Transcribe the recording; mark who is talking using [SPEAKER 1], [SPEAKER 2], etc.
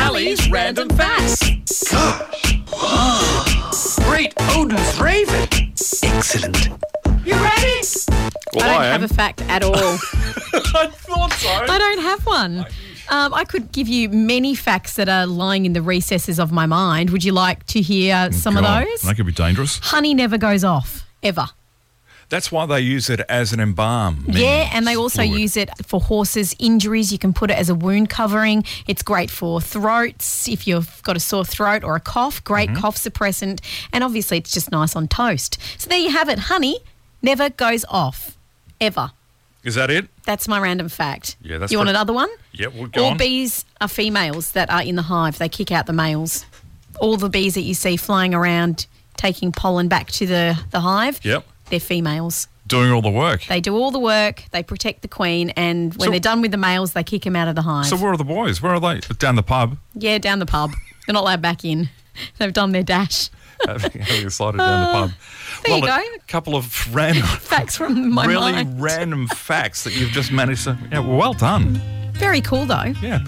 [SPEAKER 1] Sally's random facts.
[SPEAKER 2] Gosh. Great Odin's Raven. Excellent.
[SPEAKER 1] You ready?
[SPEAKER 3] I
[SPEAKER 4] Well,
[SPEAKER 3] don't
[SPEAKER 4] I am.
[SPEAKER 3] have a fact at all.
[SPEAKER 2] I thought so.
[SPEAKER 3] I don't have one. Um, I could give you many facts that are lying in the recesses of my mind. Would you like to hear some
[SPEAKER 4] God,
[SPEAKER 3] of those?
[SPEAKER 4] That could be dangerous.
[SPEAKER 3] Honey never goes off, ever.
[SPEAKER 4] That's why they use it as an embalm.
[SPEAKER 3] Yeah, and they also
[SPEAKER 4] fluid.
[SPEAKER 3] use it for horses' injuries. You can put it as a wound covering. It's great for throats if you've got a sore throat or a cough. Great
[SPEAKER 4] Mm-hmm.
[SPEAKER 3] cough suppressant. And obviously, it's just nice on toast. So there you have it. Honey never goes off, ever.
[SPEAKER 4] Is that it?
[SPEAKER 3] That's my random fact.
[SPEAKER 4] Yeah, that's
[SPEAKER 3] You want
[SPEAKER 4] pretty-
[SPEAKER 3] another one?
[SPEAKER 4] Yeah, well, go
[SPEAKER 3] All
[SPEAKER 4] on.
[SPEAKER 3] bees are females that are in the hive. They kick out the males. All the bees that you see flying around taking pollen back to the, the hive,
[SPEAKER 4] Yep.
[SPEAKER 3] they're females.
[SPEAKER 4] Doing all the work.
[SPEAKER 3] They do all the work, they protect the queen, and when
[SPEAKER 4] So-
[SPEAKER 3] they're done with the males, they kick them out of the hive.
[SPEAKER 4] so where are the boys? Where are they? Down the pub.
[SPEAKER 3] yeah, down the pub. they're not allowed back in. They've done their dash.
[SPEAKER 4] having having slided down the pub.
[SPEAKER 3] Uh, there you
[SPEAKER 4] well,
[SPEAKER 3] go.
[SPEAKER 4] A couple of random,
[SPEAKER 3] Facts from my
[SPEAKER 4] really
[SPEAKER 3] mind.
[SPEAKER 4] random facts that you've just managed to. Yeah, well done.
[SPEAKER 3] Very cool, though.
[SPEAKER 4] Yeah.